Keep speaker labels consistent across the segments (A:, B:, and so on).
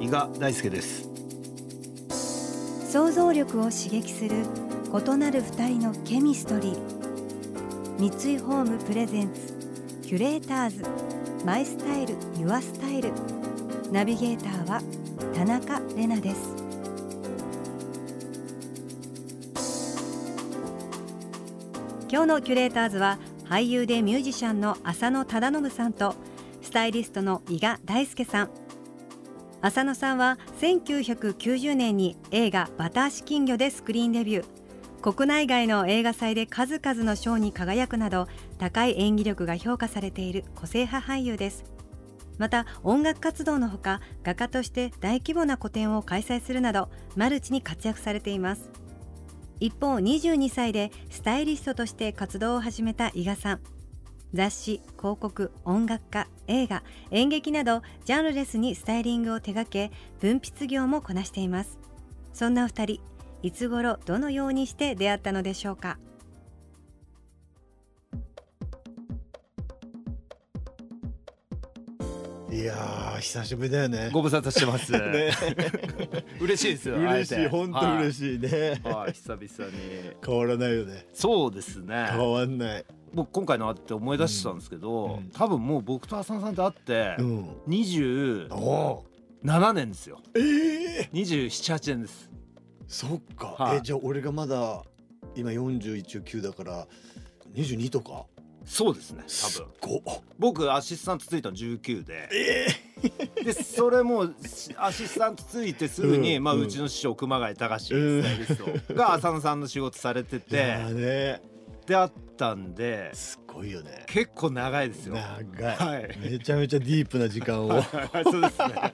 A: 伊賀大輔です
B: 想像力を刺激する異なる二人のケミストリー三井ホームプレゼンツキュレーターズマイスタイルユアスタイルナビゲーターは田中れなです今日のキュレーターズは俳優でミュージシャンの浅野忠信さんとスタイリストの伊賀大輔さん浅野さんは1990年に映画「バタ足金魚」でスクリーンデビュー国内外の映画祭で数々の賞に輝くなど高い演技力が評価されている個性派俳優ですまた音楽活動のほか画家として大規模な個展を開催するなどマルチに活躍されています一方22歳でスタイリストとして活動を始めた伊賀さん雑誌広告音楽家映画演劇などジャンルレスにスタイリングを手掛け文筆業もこなしていますそんなお二人いつ頃どのようにして出会ったのでしょうか
A: いやー久しぶりだよね
C: ご無沙汰してます。
A: ね
C: 嬉しいですよ。
A: 嬉しい本当嬉
C: し
A: しいね、
C: い。はい、久々に。
A: 変わらないよね
C: そうですね。
A: 変わんない、
C: 僕今回の会って思い出してたんですけ
A: うん
C: ど、
A: うん
C: 多分もう僕と浅野さんと会って
A: うん
C: 二十
A: おお
C: 七年ですよ。
A: ーええー、
C: 二十七八年です。
A: そっか、
C: はい
A: えじゃあ俺がまだ今419だから22とか
C: そうですね。
A: す
C: 多
A: っ
C: 分
A: ごっ
C: 僕アシスタントついたの十九で。
A: え
C: でそれもしアシスタントついてすぐに、
A: う
C: うんまあ、
A: うん
C: うちの師匠熊谷隆史
A: うん
C: スタイリストが浅野さんの仕事されて
A: ー、いや
C: て
A: ーね
C: であったんです
A: ごいよね
C: 結構長いですよ。
A: 長い、
C: はい
A: めちゃめちゃディープな時間を
C: そうですね。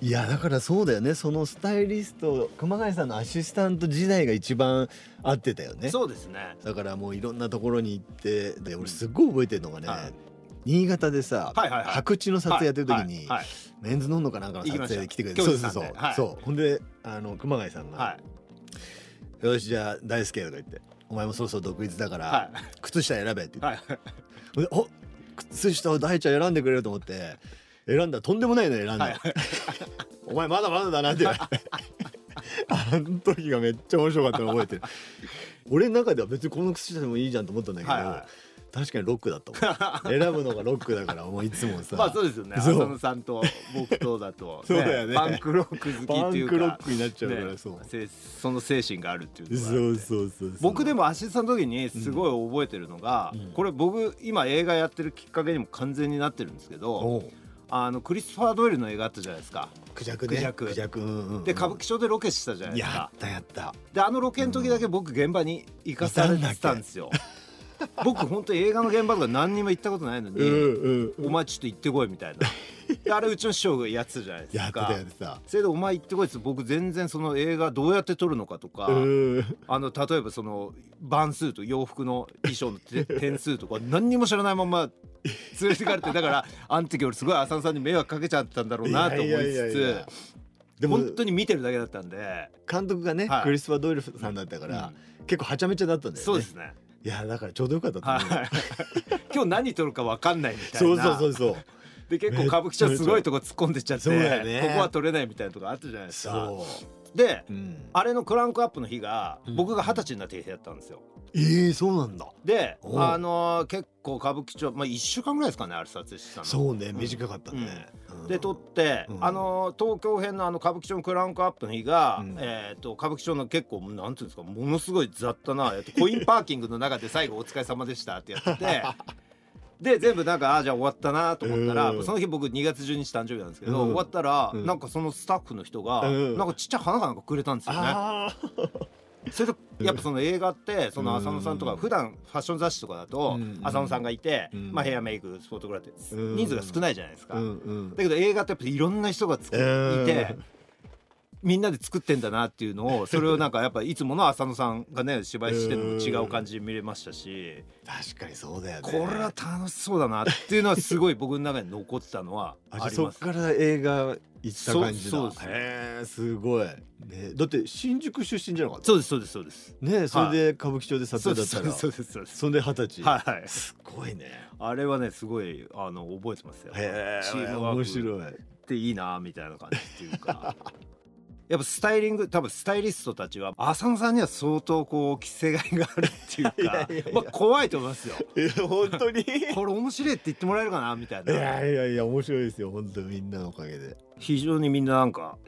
A: いやだからそうだよねそのスタイリスト熊谷さんのアシスタント時代が一番合ってたよね
C: そうですね。
A: だからもういろんなところに行ってで俺すっごい覚えてるのがね、
C: はい
A: 新潟でさ、
C: はいはいはい
A: 白地の撮影やってる時に、
C: はい
A: メンズノンノかなんかの撮影で来てくれて
C: 行
A: そ
C: き
A: う
C: ま
A: そ
C: した
A: うそ
C: 教室さん
A: う、
C: ではい
A: そうほんであの熊谷さんが、
C: はい
A: よしじゃあ大輔とか言って「お前もそろそろ独立だから、
C: は
A: 靴下選べ」って
C: い
A: 言
C: は
A: っ
C: いはい。
A: て、ほんでお靴下を大ちゃん選んでくれると思って選んだとんでもないの選んだ、
C: はい
A: お前まだまだだなって言われてあの時がめっちゃ面白かったの覚えてる俺の中では別にこの靴下でもいいじゃんと思ったんだけど、
C: はいは
A: 確かにロックだった もん選ぶのがロックだからもういつもさ、
C: まあそうですよね。
A: そ
C: 浅
A: う
C: 野さんと僕とだと
A: そうだよね
C: パンクロック好き
A: パ
C: ってい
A: ン
C: う
A: ク
C: か。
A: ロックになっちゃうから、
C: ね
A: そう
C: せその精神があるっていうのがあっ
A: そ
C: て
A: うそうそうそう
C: 僕で
A: も
C: もアシスタントの時にすごい覚えてるのが、
A: うん
C: これ僕今映画やってるきっかけにも完全になってるんですけど、あのクリストファー・ドイルの映画あったじゃないですか
A: クジャクね
C: クジャク
A: クジャク、うんうんうん
C: で歌舞伎町でロケしたじゃないです
A: や
C: か
A: ったやった
C: であのロケの時だけ僕現場に行かされてたんですよ僕本当に映画の現場とか何にも行ったことないのに、
A: うんうん
C: お前ちょっと行ってこいみたいなであれうちの師匠がやってたじゃないで
A: やっ
C: す
A: てた
C: か
A: やってた
C: それでお前行ってこいっつって僕全然その映画どうやって撮るのかとか、
A: うん
C: あの例えばその番数と洋服の衣装のて点数とか何にも知らないまま連れてかれてだからあの時俺すごい浅野さんに迷惑かけちゃったんだろうなと思い
A: やや
C: つ
A: やいや
C: つ
A: でも
C: 本当に見てるだけだったんで、
A: 監督がね、
C: はい
A: クリストファー・ドイルさんだったから、結構はちゃめちゃだったんだよね
C: そうですね。
A: いやだからちょうどよかったと思う、
C: はい、今日何撮るか分かんないみたいな
A: そうそうそうそう
C: で結構歌舞伎町すごいとこ突っ込んでっちゃって、
A: そうだよね
C: ここは撮れないみたいなとこあったじゃない ですか
A: そ
C: で
A: う、うん、
C: あれのクランクアップの日が
A: うん
C: 僕が二十歳になって日だったんですよ
A: ええそうなんだ
C: で
A: おう
C: あのー結構歌舞伎町まあ1週間ぐらいですかねあれ撮影してたの
A: そうね短かったね、うん
C: で撮って、
A: うん
C: あのー東京編のあの歌舞伎町のクランクアップの日が、
A: うん
C: えー、と歌舞伎町の結構なんていうんですかものすごい雑多な、えっと、コインパーキングの中で最後「お疲れ様でした」ってやって てで全部なんかあーじゃあ終わったなと思ったら、
A: うん
C: その日僕2月12日誕生日なんですけど、
A: うん
C: 終わったら、
A: うん
C: なんかそのスタッフの人が、
A: うん
C: なんかちっちゃい花かなんかくれたんですよね。
A: ああ
C: それでやっぱその映画ってその浅野さんと
A: う
C: か
A: ん
C: 普段ファッション雑誌とかだと
A: うん
C: 浅野さんがいて、
A: うん
C: まあ、ヘアメイクスポートグラフィック
A: うん
C: 人数が少ないじゃないですか。
A: うんうん
C: だけど映画ってやっぱいろんな人がつくい
A: うん
C: てみんなで作ってんだなっていうのをそれをなんかやっぱいつもの浅野さんがね芝居してるのも違う感じで見れましたし
A: 確かにそうだよね
C: これは楽しそうだなっていうのはすごい僕の中に残ってたのはあ
A: あじゃあ
C: り
A: そ
C: ま
A: っ
C: す。
A: から映画行った感じだ
C: そうそうです
A: へえすごい、ね、だって新宿出身じゃなかった
C: そうですそうですそうです。
A: ねそれで歌舞伎町で撮
C: そう
A: 影
C: で
A: だっ
C: す
A: た
C: そう
A: ら
C: ですそうですそうです。
A: そんで二十歳、
C: はいはい。
A: すごいね
C: あれはねすごいあの覚えてますよ。
A: へ
C: チー
A: え
C: ムワーク
A: 面白い
C: っていいなみたいな感じっていうか やっぱスタイリング多分スタイリストたちは浅野さんには相当こう着せがいがあるっていうか
A: いやいやいや
C: まあ怖いと思い ますよ
A: え 本当に い
C: これ面白いって言ってもらえるかなみたいな
A: やいやいや面白いですよ本当みんなのおかげで
C: 非常にみんななんか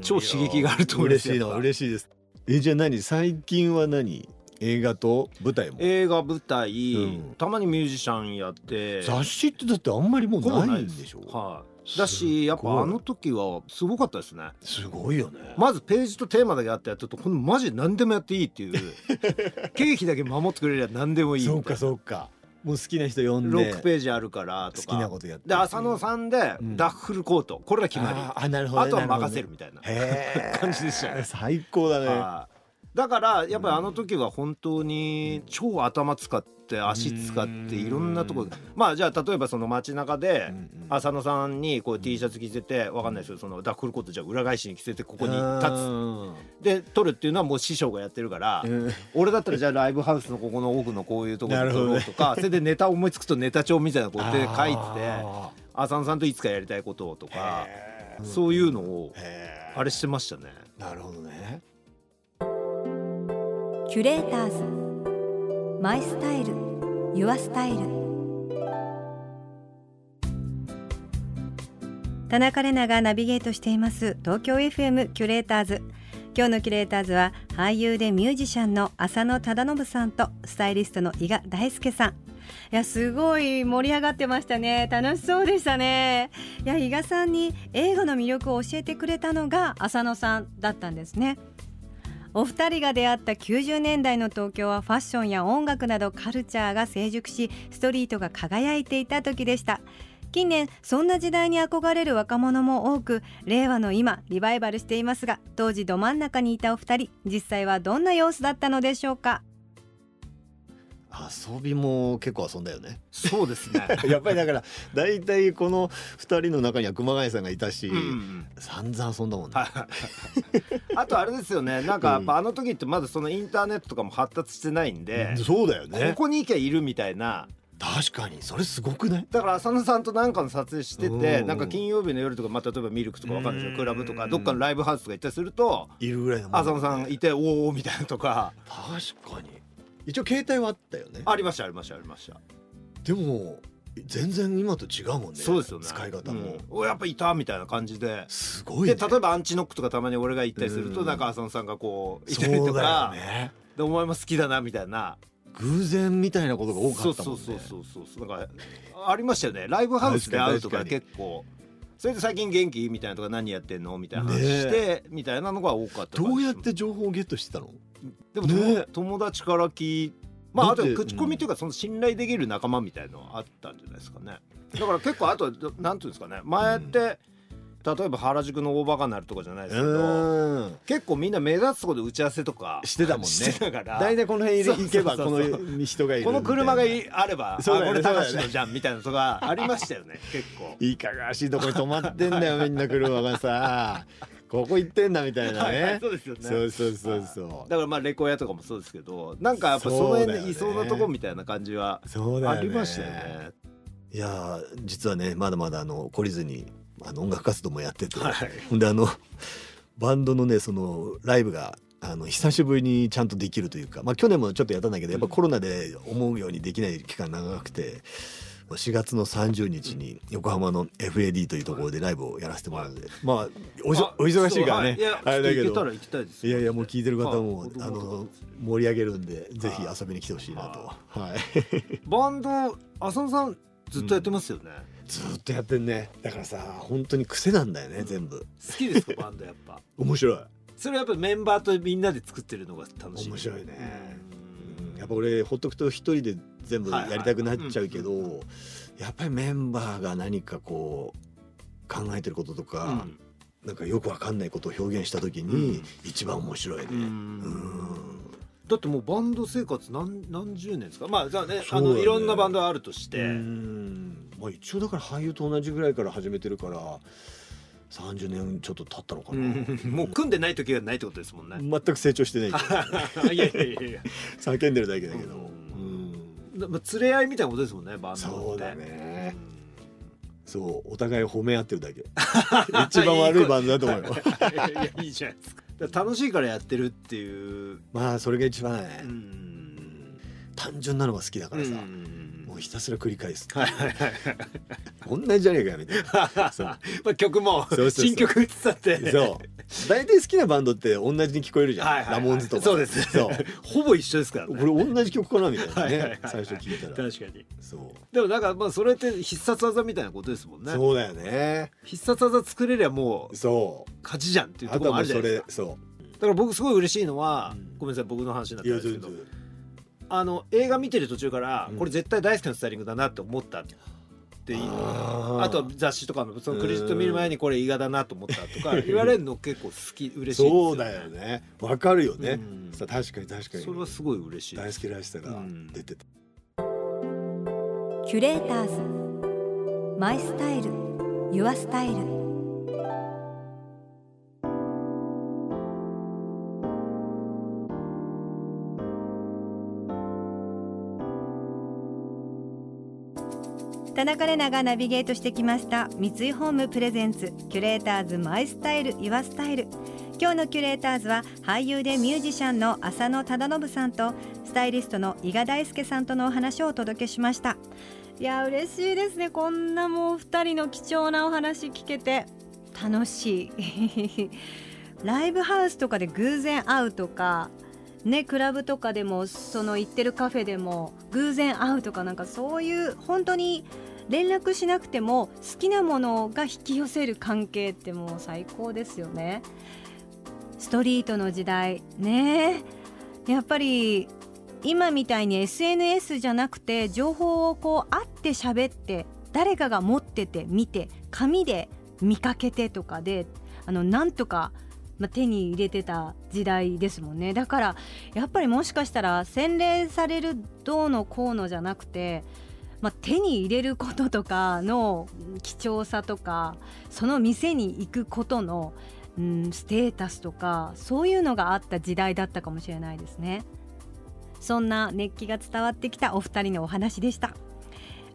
C: 超刺激があると思うんで
A: 嬉
C: す
A: しい
C: よ
A: な嬉しいですえじゃあ何最近は何映画と舞台も
C: 映画舞台、
A: うん
C: たまにミュージシャンやって
A: 雑誌ってだってあんまりもう
C: ほぼ
A: ないんでしょ
C: はい、だしやっぱあの時はすごかったですね
A: すごいよね
C: まずページとテーマだけあってやってるとこのマジ何でもやっていいっていう 経費だけ守ってくれれば何でもいいみたい
A: そ
C: な
A: うかそうかもう好きな人呼んで
C: 6ページあるからと
A: 好
C: か
A: きなことやって
C: で浅野さんで
A: うん
C: ダッフルコート、これが決まり
A: あ
C: あ,、
A: ーあなるほどね
C: とは
A: なほどね
C: 任せるみたいな、
A: へえ
C: 感じでしたよね
A: 最高だね
C: はいだからやっぱりあの時は本当に超頭使って足使っていろんなとこ
A: うん
C: まあじゃあ例えばその街中で
A: うんうん
C: 浅野さんにこう T シャツ着せてわかんないですよそのダッフルコートじゃあ裏返しに着せてここに立つで撮るっていうのはもう師匠がやってるから
A: うんうん
C: 俺だったらじゃあライブハウスのここの奥のこういうところに撮ろうとかそれでネタ思いつくとネタ帳みたいなこうやって書いてて。
A: あ
C: 浅野さんといつかやりたいことをとか
A: ー
C: そういうのを
A: へー
C: あれしてましたね
A: なるほどね
B: キュレーターズマイスタイルユアスタイル田中れながナビゲートしています東京 FM キュレーターズ今日のキュレーターズは俳優でミュージシャンの浅野忠信さんとスタイリストの伊賀大輔さんいやすごい盛り上がってましたね楽しそうでしたねいや伊賀さんに映画の魅力を教えてくれたのが浅野さんだったんですねお二人が出会った90年代の東京はファッションや音楽などカルチャーが成熟しストリートが輝いていた時でした近年そんな時代に憧れる若者も多く令和の今リバイバルしていますが当時ど真ん中にいたお二人実際はどんな様子だったのでしょうか
A: 遊びも結構遊んだよね
C: そうです ね
A: やっぱりだから大体この2人の中には熊谷さんがいたし、
C: うんうん
A: 散々遊んだもんね。
C: はいあとあれですよねなんかやっぱあの時ってまだそのインターネットとかも発達してないんで、
A: そうだよ
C: ここに行きゃいるみたいな
A: 確かにそれすごくない
C: だから浅野さんとなんかの撮影して
A: うん
C: てなんか金曜日の夜とか、まあ、例えばミルクとかわかるでしょクラブとかどっかのライブハウスとか行ったりすると
A: いるぐらいのもん
C: 浅野さんいて「おお」みたいなとか
A: 確かに一応携帯はあったよね
C: ありましたありましたありました、
A: でも全然今と違うもんね
C: そうですよね
A: 使い方
C: う
A: も、
C: んおやっぱいたみたいな感じです
A: ごい、ね、
C: で例えばアンチノックとかたまに俺が行ったりすると
A: うん
C: なんか浅野さんがこういたり
A: そ
C: と
A: うだよ
C: か、
A: ね
C: でお前も好きだなみたいな
A: 偶然みたいなことが多か
C: そう
A: ったも
C: そ
A: ん
C: う
A: ね
C: そうそうそうなんかありましたよねライブハウスで会うとか
A: 確かに
C: 結構それで最近元気みたいなとか何やってんのみたいな話して、みたいなのが多かった
A: ど
C: 感
A: う
C: じ
A: やって情報をゲットしてたの
C: でもとも、
A: ね
C: 友達から聞いまああと
A: だって
C: 口コミというかその信頼できる仲間みたいのはあったんじゃないですかねだから結構あとどなんていうんですかね前って、例えば原宿の大バカになるとかじゃないですけど、
A: うん
C: 結構みんな目立つところで打ち合わせとか
A: してたもんね
C: してたから
A: 大体この辺
C: そうそうそう
A: 行けばこの人がいる
C: この車が
A: みたい
C: いあれば、
A: そう
C: あ
A: だ
C: こ
A: よ
C: れ
A: ね
C: 高
A: そ
C: 橋
A: うだよ
C: のじゃんみたいなとかありましたよね 結構
A: ないかがわしいとこに止まってんだよみんな車がさここ行ってんだみたいな
C: はい
A: ね
C: そうですよね
A: そうそうそうそ
C: だからまあレコヤとかもそうですけどなんかやっぱその
A: そうだよ
C: 辺
A: ね
C: にいそうなとこみたいな感じは
A: うそうだよ
C: あ
A: ね
C: りましたよね。
A: いやー実はねまだまだあの懲りずにあの音楽活動もやってて、
C: はい
A: であのバンドのねそのライブがあの久しぶりにちゃんとできるというか、まあ、去年もちょっとやったんだけどやっぱコロナで思うようにできない期間長くてまあ4月の30日に横浜の FAD というところでライブをやらせてもらうので、まあおじょ
C: あ
A: お忙しいか
C: そ
A: ら
C: うは
A: ね
C: いや
A: あれだけ
C: ちょっと行けた
A: ど
C: ら。行きたいです
A: い
C: よ
A: やいやもう聞いてる方
C: は
A: も
C: い
A: あの盛り上げるんでぜひ遊びに来てほしいなと
C: は
A: はい
C: バンド浅野さんずっとやってますよね、
A: ずーっとやってんねだからさ本当に癖なんだよね全部
C: 好きですかバンドやっぱ
A: 面白い、
C: それはやっぱメンバーとみんなで作ってるのが楽しい
A: 面白いね
C: うん
A: やっぱ俺ほっとくと一人で全部やりたくなっちゃうけど、
C: はいはい
A: やっぱりメンバーが何かこう考えてることと
C: う
A: か、
C: ん
A: なんかよくわかんないことを表現した時
C: う
A: に
C: ん
A: 一番面白いね。
C: う
A: うんん
C: だってもうバンド生活何何十年ですかまあじゃあね
A: そ
C: あ
A: うだね
C: のいろんなバンドあるとして、
A: うんまあ一応だから俳優と同じぐらいから始めてるから30年ちょっと経ったのかな、
C: うんもう組んでない時がないってことですもんね。
A: 全く成長 してな い
C: いやいやいやいや
A: 叫んでるだけだけど、
C: う
A: うん
C: だまあ連れ合いみたいなことですもんねバンドって。
A: そうだね
C: うん。
A: そうお互い褒め合ってる だけ一番悪いバンドだと思うよ
C: い やいやいいじゃないですか。だから楽しいからやってるっていう。
A: まあそれが一番ね、
C: うん。
A: 単純なのが好きだからさ、
C: うん
A: もうひたすら繰り返す
C: はいはいはい。
A: 同じじゃねえかよみたい なそう
C: まあ曲も
A: そうそうそう
C: 新曲打ってたって。
A: そう大体好きなバンドって同じに聞こえるじゃん、
C: はいはいはい
A: ラモーンズとか
C: そうです
A: そう
C: ほぼ一緒ですから
A: こ
C: ね。
A: れ同じ曲かなみたいなね
C: はいはいはいはい
A: 最初聞いたら
C: 確かに。
A: そう
C: でもなんかまあそれって必殺技みたいなことですもんね。
A: そうだよね。
C: 必殺技作れりゃもう
A: そ
C: 勝ちじゃんって
A: う。
C: いうと
A: あ
C: ことろもあ
A: はもう
C: るじゃないで
A: そ
C: す
A: れ
C: か。だ
A: そ
C: から僕すごい嬉しいのは、
A: うん
C: ごめんなさい僕の話になっ
A: う。
C: たんですけど
A: 全然
C: あの映画見てる途中から、
A: うん
C: これ絶対大好きなスタイリングだなって思ったっていう
A: あー
C: あとは雑誌とかのそのクレジット見る前にこれ伊賀だなと思ったとか言われるの結構好き嬉しいんですよ、
A: そうだよね。わかるよね。
C: うん
A: さ確かに確かに。
C: それはすごい嬉しい
A: 大好きらしさが出てた。
B: キュレーターズマイスタイルユアスタイル田中れながナビゲートしてきました三井ホームプレゼンツキュレーターズマイスタイルユアスタイル今日のキュレーターズは俳優でミュージシャンの浅野忠信さんとスタイリストの伊賀大輔さんとのお話をお届けしましたいや嬉しいですねこんなもうお二人の貴重なお話聞けて楽しい ライブハウスとかで偶然会うとかねクラブとかでもその行ってるカフェでも偶然会うとかなんかそういう本当に連絡しなくても好きなものが引き寄せる関係ってもう最高ですよねストリートの時代ねえやっぱり今みたいに SNS じゃなくて情報をこう会って喋って誰かが持ってて見て紙で見かけてとかであのなんとか、まあ、手に入れてた時代ですもんねだからやっぱりもしかしたら洗練されるどうのこうのじゃなくて、まあ、手に入れることとかのうん貴重さとかその店に行くことの、うん、ステータスとかそういうのがあった時代だったかもしれないですね。そんな熱気が伝わってきたお二人のお話でした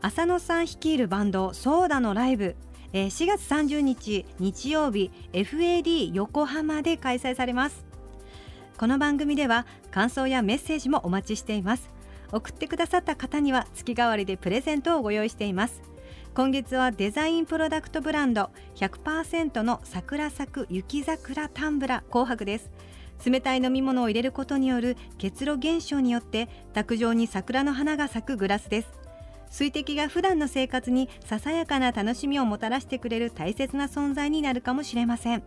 B: 浅野さん率いるバンドソーダのライブえー4月30日日曜日 FAD 横浜で開催されますこの番組では感想やメッセージもお待ちしています送ってくださった方には月替わりでプレゼントをご用意しています今月はデザインプロダクトブランド100%の桜咲く雪桜タンブラ紅白です冷たい飲み物を入れることによる結露現象によって卓上に桜の花が咲くグラスです水滴が普段の生活にささやかな楽しみをもたらしてくれる大切な存在になるかもしれません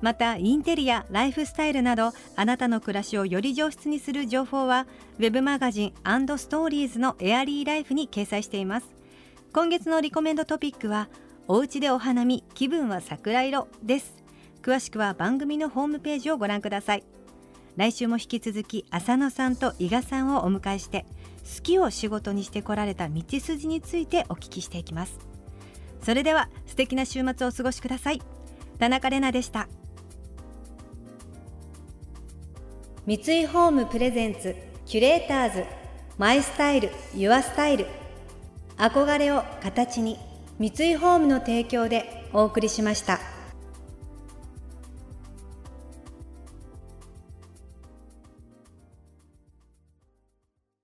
B: またインテリアライフスタイルなどあなたの暮らしをより上質にする情報はウェブマガジンストーリーズのエアリーライフに掲載しています今月のリコメンドトピックはおうちでお花見気分は桜色です詳しくは番組のホームページをご覧ください来週も引き続き浅野さんと伊賀さんをお迎えして好きを仕事にしてこられた道筋についてお聞きしていきますそれでは素敵な週末をお過ごしください田中れなでした三井ホームプレゼンツキュレーターズマイスタイルユアスタイル憧れを形に三井ホームの提供でお送りしました。